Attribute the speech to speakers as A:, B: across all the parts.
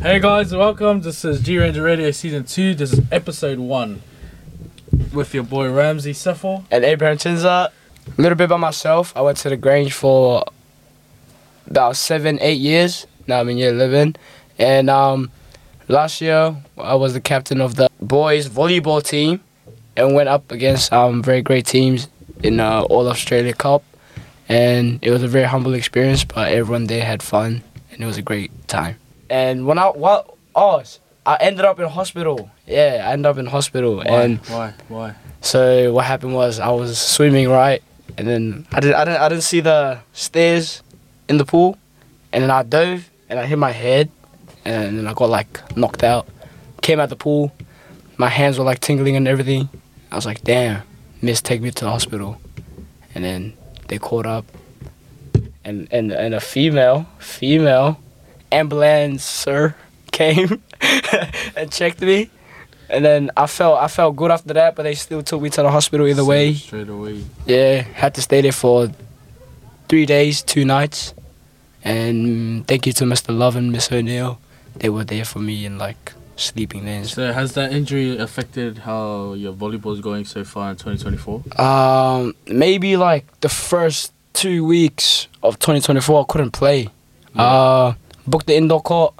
A: Hey guys, welcome. This is G Ranger Radio Season 2. This is Episode 1 with your boy Ramsey Seffel.
B: and Abraham Tinza. A little bit by myself. I went to the Grange for about seven, eight years. Now I'm in year 11. And um, last year, I was the captain of the boys volleyball team and went up against um, very great teams in uh, All Australia Cup. And it was a very humble experience, but everyone there had fun and it was a great time. And when I, what, oh, I ended up in hospital. Yeah, I ended up in hospital. And
A: why? Why?
B: so what happened was I was swimming right, and then I didn't I didn't I didn't see the stairs in the pool, and then I dove and I hit my head, and then I got like knocked out. Came out the pool, my hands were like tingling and everything. I was like, damn, miss, take me to the hospital, and then they called up, and and and a female female ambulance sir came and checked me. And then I felt I felt good after that, but they still took me to the hospital either way.
A: Straight away.
B: Yeah, had to stay there for three days, two nights. And thank you to Mr. Love and Miss O'Neill. They were there for me and like sleeping there. and stuff.
A: So, has that injury affected how your volleyball is going so far in 2024?
B: Um, maybe like the first two weeks of 2024, I couldn't play. Uh, booked the indoor court,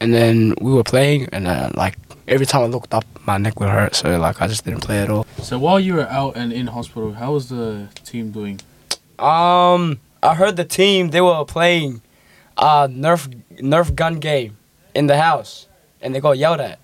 B: and then we were playing, and uh, like every time I looked up, my neck would hurt. So like I just didn't play at all.
A: So, while you were out and in hospital, how was the team doing?
B: Um, I heard the team they were playing uh nerf nerf gun game in the house, and they got yelled at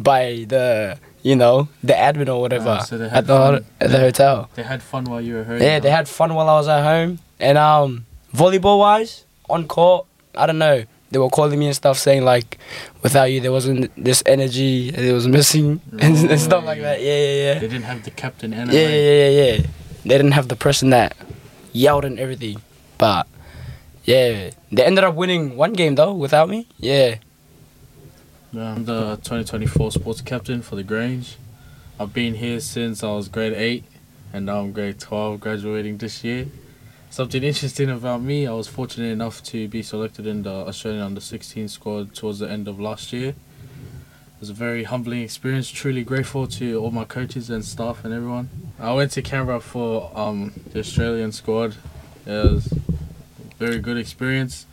B: by the you know the admin or whatever
A: Ah, so they had
B: at the
A: fun.
B: at the hotel.
A: They had fun while you were hurt.
B: Yeah, they had fun while I was at home, and um, volleyball wise on court, I don't know. They were calling me and stuff, saying like, "Without you, there wasn't this energy. and It was missing, and, and stuff like that." Yeah, yeah, yeah.
A: They didn't have the captain and
B: Yeah, yeah, yeah, yeah. They didn't have the person that yelled and everything, but yeah, they ended up winning one game though without me. Yeah,
A: I'm Um, the 2024 sports captain for the Grange. I've been here since I was grade 8 and now I'm grade 12, graduating this year. Something interesting about me, I was fortunate enough to be selected in the Australian under 16 squad towards the end of last year. It was a very humbling experience, truly grateful to all my coaches and staff and everyone. I went to Canberra for um, the Australian squad. It was a very good experience.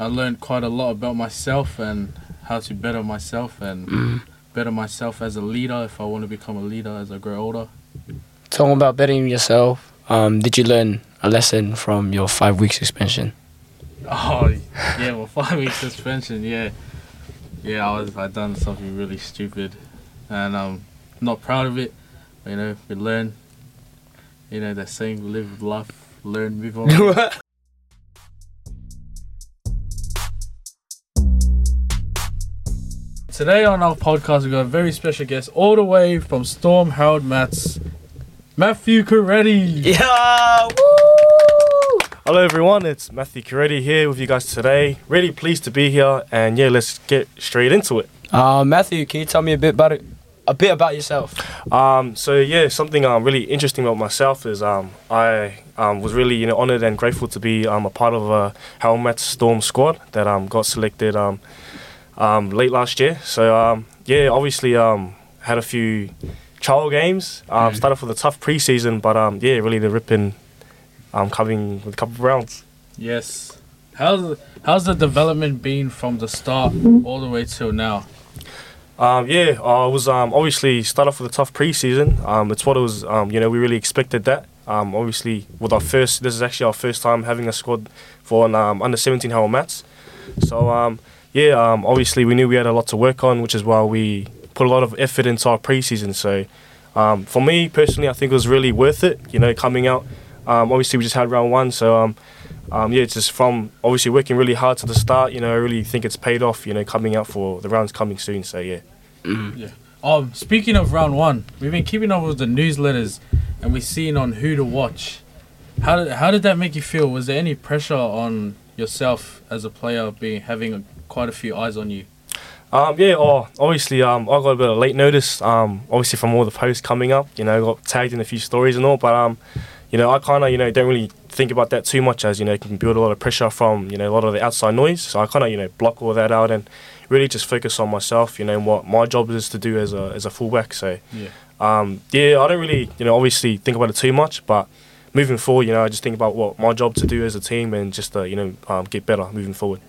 A: I learned quite a lot about myself and how to better myself and better myself as a leader if I want to become a leader as I grow older.
B: talking about bettering yourself. Um, did you learn a lesson from your five weeks suspension?
A: Oh yeah, well five week suspension, yeah. Yeah, I was I done something really stupid and um not proud of it. But, you know, we learn you know that saying live life, learn, move on. Today on our podcast, we've got a very special guest all the way from Storm Harold Mats, Matthew Coretti.
B: yeah, woo!
C: Hello everyone, it's Matthew Coretti here with you guys today. Really pleased to be here and yeah, let's get straight into it.
B: Uh, Matthew, can you tell me a bit about it? A bit about yourself.
C: Um, so yeah, something um, really interesting about myself is um, I um, was really you know honoured and grateful to be um, a part of a Helmet Storm squad that um, got selected um, um, late last year. So um, yeah, obviously um, had a few trial games. Um, Started for the tough preseason, but um, yeah, really the ripping um, coming with a couple of rounds.
A: Yes. How's how's the development been from the start all the way till now?
C: Um, yeah, I was um, obviously start off with a tough preseason. Um, it's what it was. Um, you know, we really expected that. Um, obviously, with our first, this is actually our first time having a squad for an um, under 17 hole mats. So um, yeah, um, obviously we knew we had a lot to work on, which is why we put a lot of effort into our preseason. So um, for me personally, I think it was really worth it. You know, coming out. Um, obviously, we just had round one, so um, um, yeah, it's just from obviously working really hard to the start. You know, I really think it's paid off. You know, coming out for the rounds coming soon. So yeah.
A: Um, speaking of round one, we've been keeping up with the newsletters, and we've seen on who to watch. How did how did that make you feel? Was there any pressure on yourself as a player, being having a, quite a few eyes on you?
C: Um, yeah, oh, obviously, um, I got a bit of late notice, um, obviously from all the posts coming up, you know, got tagged in a few stories and all, but, um, you know, I kind of, you know, don't really think about that too much, as you know, you can build a lot of pressure from you know a lot of the outside noise. So I kind of you know block all that out and really just focus on myself, you know, and what my job is to do as a as a fullback. So
A: Yeah.
C: um, yeah, I don't really you know obviously think about it too much, but moving forward, you know, I just think about what my job to do as a team and just uh, you know um, get better moving forward.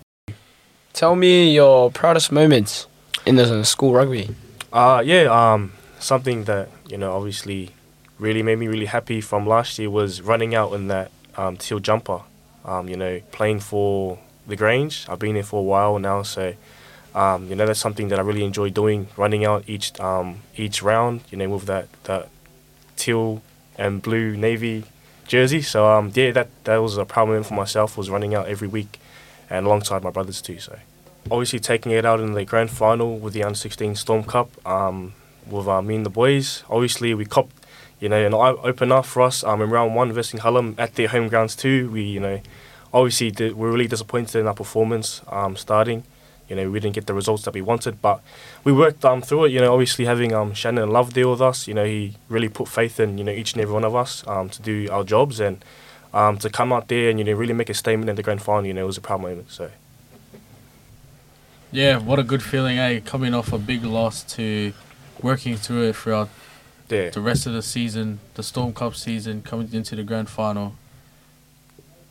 B: Tell me your proudest moments in the school rugby.
C: Uh, yeah, um, something that, you know, obviously really made me really happy from last year was running out in that um, teal jumper, um, you know, playing for the Grange. I've been there for a while now, so, um, you know, that's something that I really enjoy doing, running out each um, each round, you know, with that, that teal and blue navy jersey. So, um, yeah, that, that was a proud moment for myself, was running out every week and alongside my brothers too, so obviously taking it out in the grand final with the under 16 Storm Cup um, with uh, me and the boys. Obviously, we copped, you know, an eye- open up for us um, in round one versus Hallam at their home grounds too. We, you know, obviously di- we're really disappointed in our performance um, starting. You know, we didn't get the results that we wanted, but we worked um, through it. You know, obviously having um, Shannon Love deal with us, you know, he really put faith in, you know, each and every one of us um, to do our jobs and um, to come out there and, you know, really make a statement in the grand final, you know, it was a proud moment. So,
A: Yeah, what a good feeling, eh? Coming off a big loss to working through it throughout
C: yeah.
A: the rest of the season, the Storm Cup season, coming into the grand final.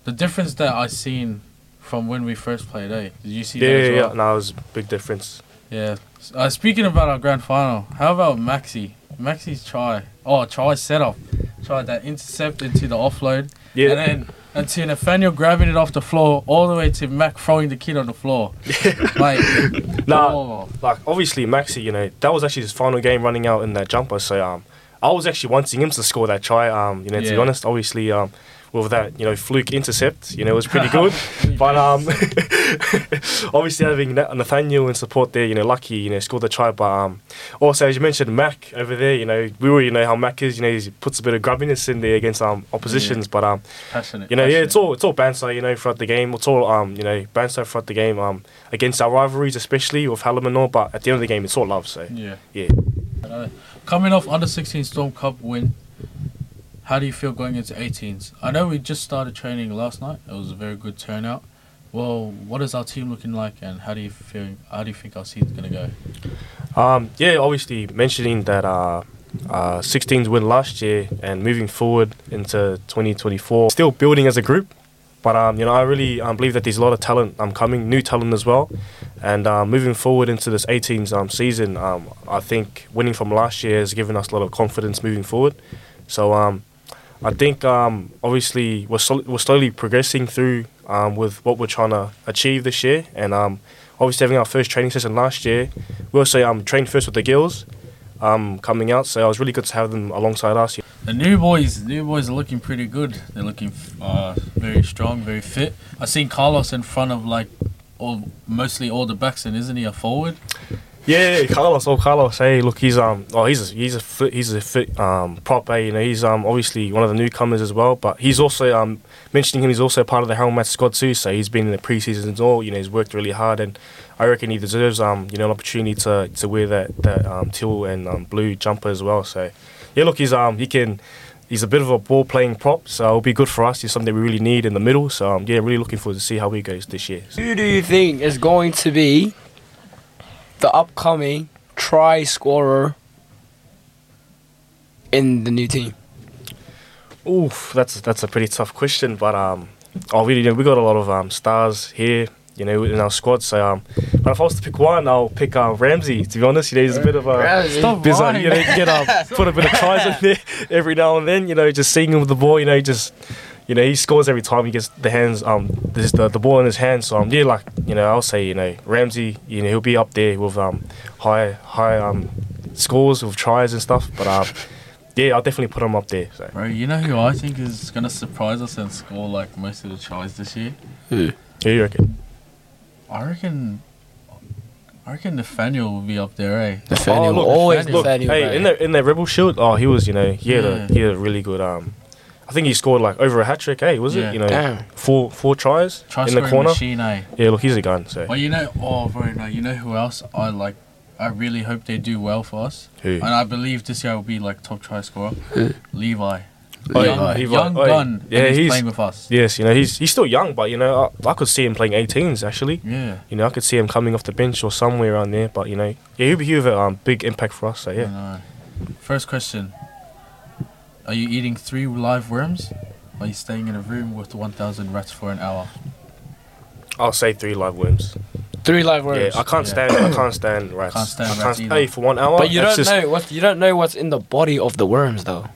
A: The difference that I seen from when we first played, eh? Did you see
C: Yeah,
A: that as
C: yeah,
A: well?
C: yeah. No, it was a big difference.
A: Yeah. S- Uh, speaking about our grand final, how about Maxi? Maxi's try. Oh, try setup. Try that intercept into the offload.
C: Yeah,
A: And then until Nathaniel grabbing it off the floor, all the way to Mac throwing the kid on the floor. like,
C: Nah.
A: oh,
C: like obviously Maxi, you know, that was actually his final game running out in that jumper. So um, I was actually wanting him to score that try. Um, you know, to be
A: Yeah.
C: honest, obviously um, with that you know fluke intercept, you know, it was pretty good. but um, obviously having Na- Nathaniel in support there, you know, lucky you know scored the try. But um, also as you mentioned, Mac over there, you know, we all you know how Mac is. You know, he puts a bit of grubbiness in there against um oppositions. But um,
A: passionate.
C: You know, yeah, it's
A: passionate.
C: all it's all banter, you know, throughout the game. It's all um, you know, banter throughout the game, um, against our rivalries, especially with Hallam and all, but at the end of the game it's all love, so
A: Yeah.
C: yeah.
A: Coming off under 16 Storm Cup win, how do you feel going into 18s? I know we just started training last night. It was a very good turnout. Well, what is our team looking like, and how do you feel? How do you think our season's gonna go?
C: Um, yeah, obviously mentioning that uh, uh, 16s win last year and moving forward into 2024, still building as a group. But um, you know, I really um, believe that there's a lot of talent um, coming, new talent as well. And um, moving forward into this 18s um, season, um, I think winning from last year has given us a lot of confidence moving forward. So um, I think um, obviously we're, sol- we're slowly progressing through um, with what we're trying to achieve this year. And um, obviously having our first training session last year, we also um, trained first with the girls um, coming out, so it was really good to have them alongside us.
A: The new boys, new boys are looking pretty good. They're looking uh, very strong, very fit. I seen Carlos in front of like all mostly all the backs, and isn't he a forward?
C: Yeah, yeah, Carlos. Oh, Carlos. Hey, look, he's um, oh, he's a, he's a fit, he's a fit um prop. eh, you know, he's um obviously one of the newcomers as well. But he's also um mentioning him. He's also part of the Helmets squad too. So he's been in the preseason and all. You know, he's worked really hard, and I reckon he deserves um you know an opportunity to to wear that that um teal and um, blue jumper as well. So yeah, look, he's um he can. He's a bit of a ball playing prop, so it'll be good for us. He's something we really need in the middle. So um, yeah, really looking forward to see how he goes this year.
B: Who do you think is going to be the upcoming try scorer in the new team?
C: Oof, that's that's a pretty tough question, but um, oh, we you know, we got a lot of um stars here, you know, in our squad. So um, but if I was to pick one, I'll pick uh, Ramsey. To be honest, you know, he's a bit of a
A: Stop
C: busy,
A: lying.
C: you know, get up, put a bit of tries in there every now and then. You know, just seeing him with the ball, you know, just you know, he scores every time he gets the hands um this the the ball in his hands. So um, yeah, like you know, I'll say you know Ramsey, you know, he'll be up there with um high high um scores with tries and stuff. But um, yeah, I'll definitely put him up there. So.
A: Bro, you know who I think is gonna surprise us and score like most of the tries this year?
C: Who you reckon?
A: I reckon. I reckon Nathaniel will be up there, eh?
B: Nathaniel,
C: Oh, look,
B: always
A: Nathaniel.
B: Nathaniel.
A: Look,
C: Hey, in the in the Rebel Shield, oh, he was, you know, he had
A: Yeah.
C: a he had a really good. Um, I think he scored like over a hat trick. Hey, was
A: Yeah.
C: it? You know,
B: Damn.
C: four four tries
A: Try
C: in the
A: scoring
C: corner.
A: machine, eh?
C: Yeah, look, he's a gun. So
A: Well, you know, oh, bro, no, you know who else I like? I really hope they do well for us.
C: who?
A: And I believe this year will be like top try scorer. Levi. Oh,
C: Oi,
A: young
C: he wa-
A: young
C: oi.
A: gun.
C: Yeah,
A: and he's,
C: he's-
A: playing with us.
C: Yes, you know he's he's still young, but you know I, I could see him playing 18s actually.
A: Yeah.
C: You know I could see him coming off the bench or somewhere around there. But you know yeah, he'll be he'll have a um, big impact for us. So yeah.
A: I know. First question: Are you eating three live worms? Or are you staying in a room with 1,000 rats for an hour?
C: I'll say three live worms.
B: Three live worms.
C: Yeah, I can't
A: Mm. Yeah.
C: stand. I can't stand rats.
A: Can't stand
C: I can't
A: rats either.
C: stay for one hour.
B: but you
C: that's
B: don't
C: just-
B: know what you don't know what's in the body of the worms though.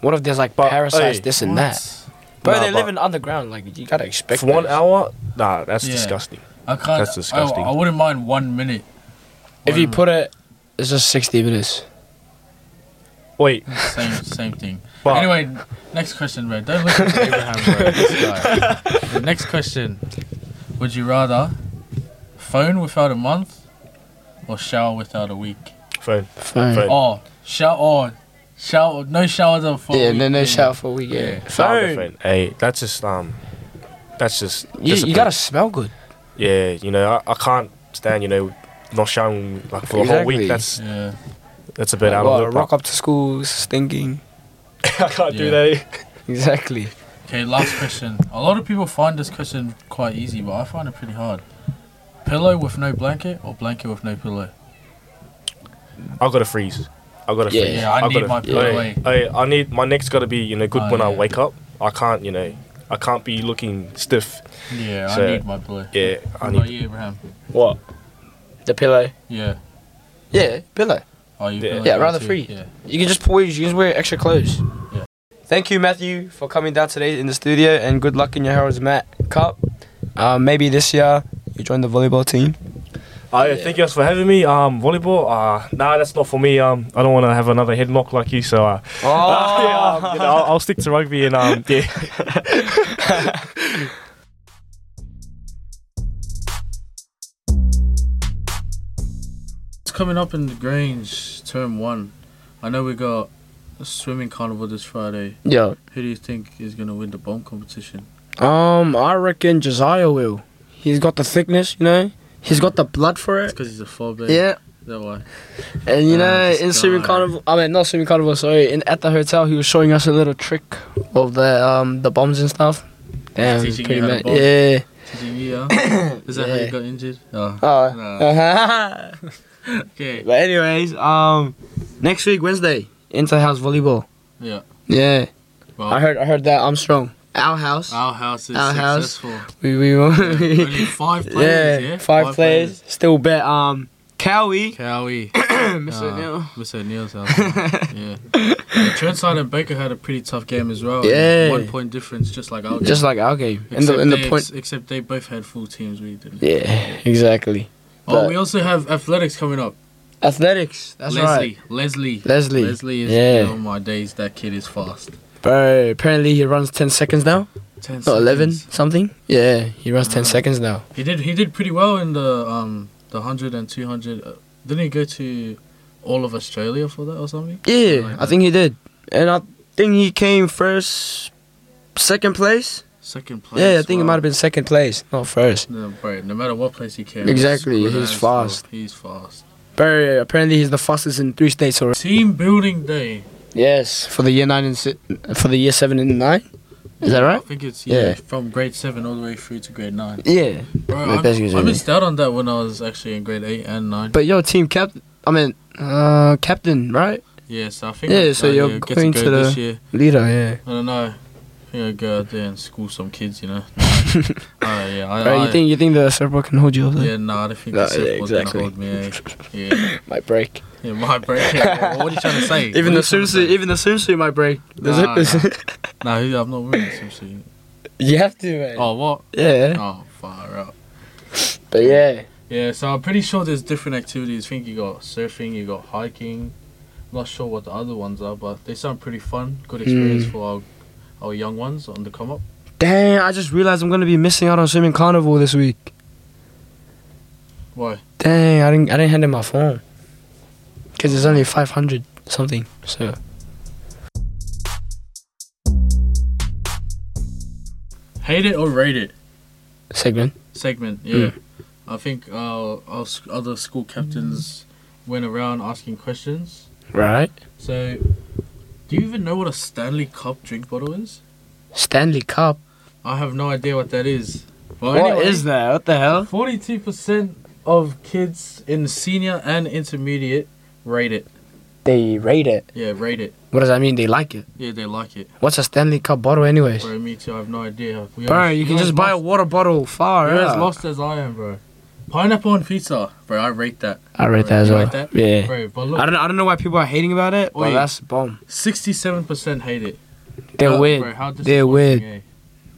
B: What if there's like
C: But,
B: parasites,
C: hey,
B: this and that? But
C: But
B: they're
C: they live
B: living underground. Like you gotta expect
C: For one
B: those.
C: hour, nah, that's
A: Yeah.
C: disgusting.
A: I can't.
C: That's disgusting.
A: I, I wouldn't mind one minute.
B: If you
A: One-
B: put it, it's just sixty minutes.
C: Wait,
A: same same thing.
C: But-
A: anyway, next question, bro. Don't listen to Abraham, bro. This guy. The next question: Would you rather phone without a month or shower without a week?
C: phone.
B: Phone.
C: Phone.
A: Oh, shower. Shower. No showers on for. a
B: Yeah,
A: week,
B: no, no
A: yeah.
B: shower for a week. Yeah,
A: Yeah.
C: Phone.
B: phone.
C: phone. Hey, that's just um, that's just.
B: You, you
C: discipline.
B: gotta smell good.
C: Yeah, you know, I, I can't stand you know not showering like for a whole
B: Exactly.
C: week. That's
A: Yeah.
C: that's a bit out
B: Well,
C: of the
B: rock up to school stinking.
C: I can't
A: Yeah.
C: do that.
B: Exactly.
A: Okay, last question. A lot of people find this question quite easy, but I find it pretty hard. Pillow with no blanket or blanket with no pillow?
C: I gotta freeze. I gotta
B: Yeah.
C: freeze.
A: Yeah, I
C: I've
A: need
C: gotta-
A: my pillow.
C: Hey, hey, I need my neck's gotta be you know good
A: Oh,
C: when I
A: yeah.
C: wake up. I can't you know I can't be looking stiff.
A: Yeah,
C: So-
A: I need my pillow.
C: Yeah, I
A: What about
C: need.
A: you, Abraham?
B: What? The pillow.
A: Yeah.
B: Yeah, pillow.
A: Are you
C: Yeah.
A: pillow
B: Yeah,
A: guy
B: rather
A: too?
B: free.
A: Yeah.
B: You can just wear. You can just wear extra clothes.
A: Yeah.
B: Thank you, Matthew, for coming down today in the studio, and good luck in your Harold's Mat Cup. Uh, maybe this year you join the volleyball team.
C: Oh, yeah, Thank you guys for having me. Um, volleyball. Uh, nah, that's not for me. Um, I don't want to have another head knock like you. So, uh,
B: Oh,
C: yeah, um, you know, I'll, I'll stick to rugby and um, yeah.
A: It's coming up in the Grange, term one. I know we got a swimming carnival this Friday.
B: yeah.
A: Who do you think is going to win the bomb competition?
B: Um, I reckon Josiah will. He's got the thickness, you know. He's got the blood for
A: It's
B: it.
A: because he's a fullback.
B: Yeah,
A: Is that why?
B: and you
A: Ah,
B: know,
A: this
B: in swimming
A: guy.
B: carnival, I mean not swimming carnival, sorry. In at the hotel, he was showing us a little trick of the um the bombs and stuff. Damn,
A: Teaching you
B: pretty
A: how to
B: mad.
A: bomb?
B: Yeah.
A: Did you hear? Is that how
B: Yeah.
A: you got injured? Oh.
B: Oh.
A: Okay.
B: but anyways, um, next week Wednesday, inter-house volleyball.
A: Yeah. Oh.
B: Yeah,
A: Well,
B: I heard. I heard that. I'm strong. Our house.
A: our house is
B: Our house.
A: successful.
B: we we.
A: Only five
B: yeah,
A: players. Yeah.
B: five, players. Still bet. Um, Cowie.
A: Cowie.
B: Mr.
A: Uh,
B: Neil.
A: Miss O'Neill's house. yeah. yeah. Trentside and Baker had a pretty tough game as well.
B: Yeah.
A: One point difference, just like our game.
B: Just like our game.
A: Except,
B: and the and
A: they,
B: the
A: ex-
B: point.
A: except they both had full teams. We didn't.
B: Yeah, exactly.
A: Oh,
B: But-
A: we also have athletics coming up.
B: Athletics. That's right.
A: Leslie, Leslie,
B: Leslie.
A: Leslie is.
B: Yeah.
A: Oh my days, that kid is fast.
B: Bro, apparently he runs 10 seconds now.
A: Ten.
B: Or 11
A: seconds.
B: something. Yeah, he runs 10
A: Ah.
B: seconds now.
A: He did. He did pretty well in the um the hundred and two hundred. Uh, didn't he go to all of Australia for that or something?
B: Yeah,
A: Like
B: I
A: that.
B: think he did. And I think he came first, second place.
A: Second place.
B: Yeah, I think it
A: wow.
B: might have been second place, not first.
A: No, bro, no matter what place he came.
B: Exactly,
A: it's good
B: he's
A: as well.
B: fast.
A: He's fast.
B: Bro, apparently he's the fastest in three states already.
A: Team building day.
B: Yes, for the year nine and si- for the year seven and nine. Is that
A: I
B: right?
A: think it's yeah,
B: Yeah.
A: from grade seven all the way through to grade nine.
B: Yeah.
A: Bro,
B: Like,
A: I'm-
B: basically,
A: I
B: yeah.
A: missed out on that when I was actually in grade eight and nine.
B: But your team cap, I mean, uh, captain, right?
A: Yeah, so I think
B: Yeah,
A: I-
B: so
A: I,
B: you're
A: get
B: going
A: to, go
B: to
A: this
B: the-
A: year.
B: Leader, yeah.
A: I don't know. I think I go out there and school some kids, you know. Oh yeah, I,
B: Right,
A: I-
B: you think you think the server can hold you up?
A: Yeah, no, I don't think
B: No,
A: the
B: yeah,
A: surfboard's gonna
B: exactly.
A: hold me. eh? Yeah,
B: Might break.
A: yeah, my break. Yeah, what are you trying to say?
B: Even the
A: What are you trying to
B: swimsuit,
A: say?
B: even the swimsuit might break. The
A: Nah,
B: zip-
A: No, who- I'm not wearing a swimsuit.
B: you have to, man.
A: Oh what?
B: Yeah,
A: Oh far out.
B: but yeah,
A: Yeah, so I'm pretty sure there's different activities. I think you got surfing, you got hiking. I'm not sure what the other ones are, but they sound pretty fun. Good experience
B: Mm.
A: for our, our young ones on the come up.
B: dang! I just realized I'm gonna be missing out on swimming carnival this week.
A: Why?
B: Dang, I didn't, I didn't hand in my phone. Cause it's only 500 something. So
A: Hate it or rate it
B: segment.
A: segment. Yeah,
B: Mm.
A: I think our, our s- other school captains went around asking questions.
B: Right.
A: So, Do you even know what a Stanley Cup drink bottle is?
B: Stanley Cup.
A: I have no idea what that is. Well,
B: What is
A: anyway,
B: that? What the hell?
A: Forty-two percent of kids in senior and intermediate rate it.
B: They rate it.
A: Yeah, rate it.
B: What does that mean? They like it.
A: Yeah, they like it.
B: What's a Stanley Cup bottle, anyways?
A: Bro, me too. I have no idea. We
B: Bro,
A: are-
B: you can
A: you're
B: just
A: as
B: buy a
A: lost-
B: water bottle far
A: You're as
B: out.
A: lost as I am, bro. Pineapple on pizza, bro. I rate that.
B: I rate
A: Bro,
B: that as
A: you
B: well.
A: rate that?
B: Yeah.
A: Bro, but
B: I
A: look,
B: don't, I don't know why people are hating about it, but
A: Oi.
B: that's bomb.
A: sixty-seven percent hate it.
B: They're
A: Uh,
B: weird.
A: bro, how
B: They're
A: disappointing,
B: weird.
A: eh?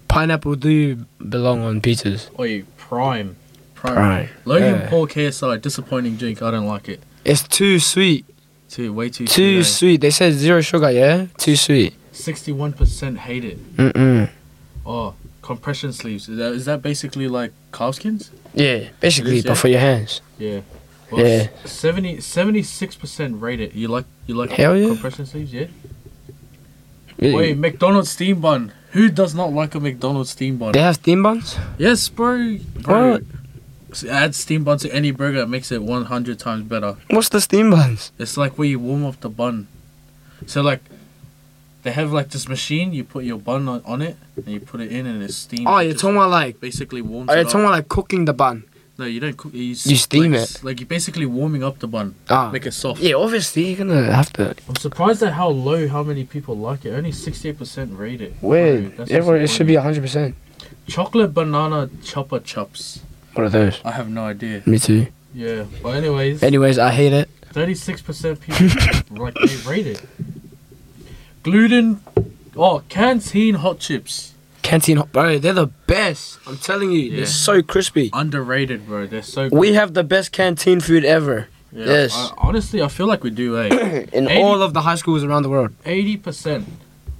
B: Pineapple do belong on pizzas.
A: Oi, prime. Prime.
B: Prime.
A: Logan
B: Yeah.
A: Paul KSI, disappointing drink. I don't like it.
B: It's too sweet.
A: Too, way too
B: Too
A: too.
B: sweet. They said zero sugar, yeah? Too sweet.
A: 61% hate it.
B: Mm-mm.
A: Oh, compression sleeves. Is that, is that basically like calfskins?
B: Yeah, basically,
A: It is,
B: but
A: yeah.
B: for your hands.
A: Yeah.
B: Yeah.
A: s- 70, 76% rate it. You like you like
B: Hell yeah.
A: compression sleeves, yeah? Wait, McDonald's steam bun. Who does not like a McDonald's steam bun?
B: They have steam buns?
A: Yes, bro. bro.
B: What?
A: S- Add steam bun to any burger, it makes it 100 times better.
B: What's the steam buns?
A: It's like where you warm up the bun. So like, they have like this machine. You put your bun on, on it, and you put it in, and it steams.
B: Oh,
A: it
B: you're
A: just
B: talking about like.
A: basically warms.
B: Oh,
A: it
B: you're
A: up.
B: talking about like cooking the bun.
A: no, you don't cook. You, s-
B: You steam
A: like,
B: it.
A: s- Like you're basically warming up the bun,
B: Ah.
A: make it soft.
B: Yeah, obviously, you're gonna have to.
A: I'm surprised at how low how many people like it. Only 68% rate it. Bro,
B: Wait,
A: that's
B: everyone, it should be
A: disappointing.
B: 100%.
A: chocolate banana chopper chups.
B: What are those?
A: I have no idea.
B: Me too.
A: Yeah, but anyways.
B: Anyways, I hate it.
A: 36% people like they rate it. Gluten, oh, canteen hot chips.
B: Canteen, hot- bro, they're the best. I'm telling you,
A: Yeah.
B: they're so crispy.
A: Underrated, bro. They're so good.
B: We have the best canteen food ever
A: Yeah,
B: yes.
A: I- honestly, I feel like we do, eh?
B: in
A: Eighty-
B: all of the high schools around the world.
A: 80%.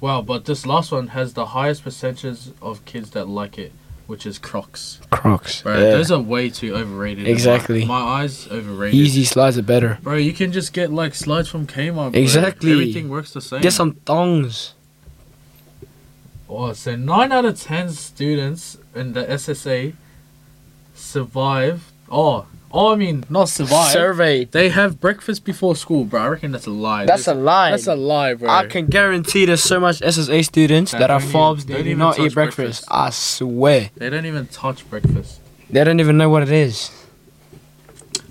A: Wow, but this last one has the highest percentage of kids that like it, which is Crocs.
B: Crocs.
A: Bro,
B: yeah.
A: those are way too overrated.
B: Exactly.
A: My, my eyes overrated.
B: Easy slides are better.
A: Bro, you can just get like slides from Kmart. Bro.
B: Exactly.
A: Everything works the same.
B: Get some thongs.
A: Oh, so nine out of ten students in the SSA survive. Oh, oh, I mean not survive.
B: Survey.
A: they have breakfast before school, bro. I reckon that's a lie.
B: That's a lie.
A: That's a lie, bro.
B: I can guarantee there's so much SSA students
A: That
B: that, are
A: don't even-
B: fobs.
A: don't
B: They do
A: even
B: not
A: touch
B: eat breakfast. I swear.
A: They don't even touch breakfast.
B: They don't even know what it is.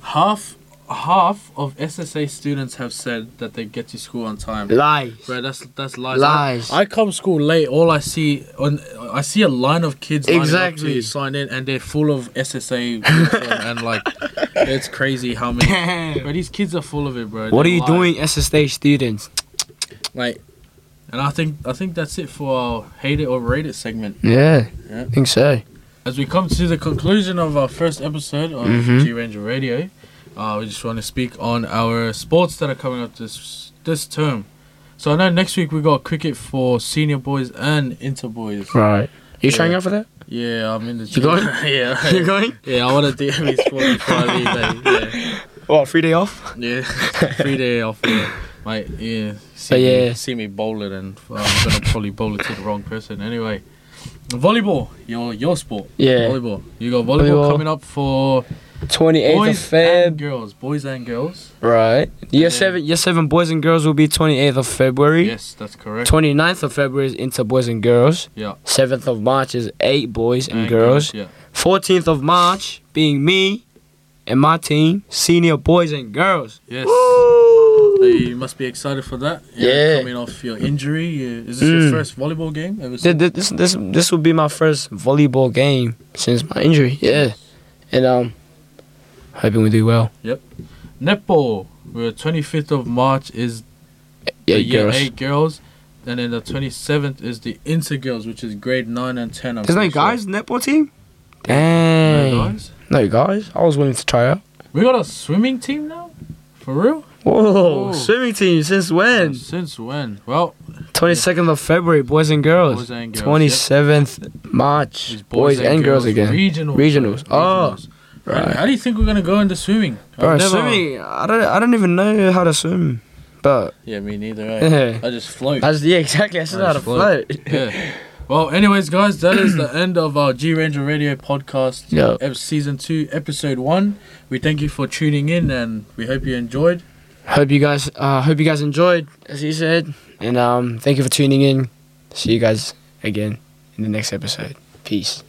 A: Half, half of SSA students have said that they get to school on time.
B: Lies.
A: Bro, that's that's lies.
B: Lies.
A: I, I come school late. All I see on I see a line of kids lining up
B: Exactly.
A: to sign in, and they're full of SSA uniform, and like it's crazy how many. Bro, these kids are full of it, bro.
B: What are
A: They
B: you
A: lie.
B: doing, SSA students?
A: Like, and I think I think that's it for our hate it or rate it segment.
B: Yeah,
A: Yeah.
B: I think so.
A: As we come to the conclusion of our first episode of
B: Mhm.
A: G Ranger Radio, uh, we just want to speak on our sports that are coming up this this term. So I know next week we got cricket for senior boys and inter boys.
B: Right. You
A: Yeah.
B: trying out for that?
A: Yeah, I'm in the.
B: You going?
A: yeah.
B: You going?
A: Yeah, I want to do every sport before I leave. eh?
B: What, free day off?
A: Yeah, yeah. three day off. Yeah. Mate, yeah. See
B: But
A: me,
B: yeah.
A: see me bowl it, and uh, I'm gonna probably bowl it to the wrong person. Anyway, volleyball, your your sport.
B: Yeah.
A: Volleyball. You got volleyball,
B: Volleyball.
A: coming up for
B: 28th
A: boys
B: of Feb.
A: and girls. Boys and girls.
B: Right. Year
A: Yeah.
B: seven, year seven boys and girls will be 28th of February.
A: Yes, that's correct.
B: 29th of February is inter boys and girls.
A: Yeah.
B: 7th of March is eight boys and, girls.
A: Yeah.
B: 14th of March being me and my team, senior boys and girls.
A: Yes. So
B: Woo!
A: you must be excited for that.
B: Yeah.
A: Coming off your injury. you- Is this your
B: Mm.
A: first volleyball game? ever
B: Th-
A: since-
B: th- This, this, this will be my first volleyball game since my injury. Yeah. And, um, hoping we do well.
A: Netball. We're 25th of March is
B: Yeah,
A: the year
B: girls.
A: eight girls, and then the twenty seventh is the inter girls, which is grade nine and ten. I'm
B: There's no
A: pretty sure.
B: guys in netball team?
A: No
B: Dang.
A: guys.
B: No guys. I was willing to try out.
A: We got a swimming team now, for real.
B: Whoa,
A: Oh.
B: swimming team since when?
A: Since when? Well,
B: 22nd of February, boys and girls.
A: Boys and girls,
B: 27th
A: it's
B: March, boys, and, girls, again.
A: Regionals.
B: Regionals. Oh,
A: Regionals.
B: right.
A: How do you think we're gonna go into swimming? I've
B: Bro,
A: never-
B: swimming, I don't, I don't even know how to swim. But,
A: Yeah, me neither. eh?
B: yeah.
A: I just float.
B: That's, yeah, exactly. I still know how to
A: Nice float.
B: float.
A: yeah. Well, anyways, guys, that is the end of our G Ranger Radio podcast,
B: Yeah.
A: ep- season two, episode one. We thank you for tuning in, and we hope you enjoyed.
B: Hope you guys, uh, hope you guys enjoyed. As he said, And um, thank you for tuning in. See you guys again in the next episode. Peace.